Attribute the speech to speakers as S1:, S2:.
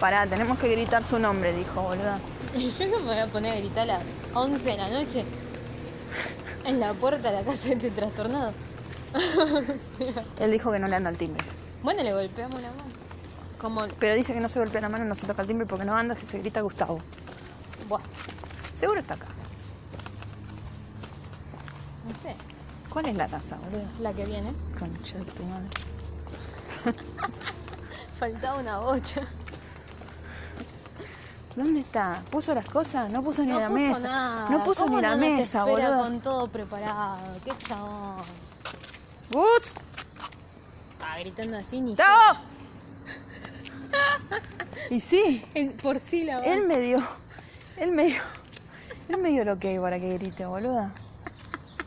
S1: Pará, tenemos que gritar su nombre, dijo, boluda.
S2: Yo no me voy a poner a gritar a las 11 de la noche en la puerta de la casa de este trastornado.
S1: Él dijo que no le anda el timbre.
S2: Bueno, le golpeamos la mano. Como,
S1: Pero dice que no se golpea la mano, no se toca el timbre porque no anda, que se grita Gustavo.
S2: buah,
S1: Seguro está acá.
S2: no sé,
S1: ¿Cuál es la casa, boluda?
S2: la que viene.
S1: Concha de tu madre.
S2: Faltaba una bocha.
S1: ¿Dónde está? ¿Puso las cosas? No puso ni
S2: no
S1: la
S2: puso
S1: mesa.
S2: nada.
S1: No puso
S2: ¿Cómo
S1: ni la
S2: no nos
S1: mesa,
S2: espera
S1: boluda.
S2: con todo preparado. ¿Qué chabón?
S1: ¡Gus!
S2: Ah, gritando así ni...
S1: ¡Gustavo! y sí,
S2: En- Eh, Por sí la
S1: él me dio. Él me dio. Él me dio lo que para que grite, boluda.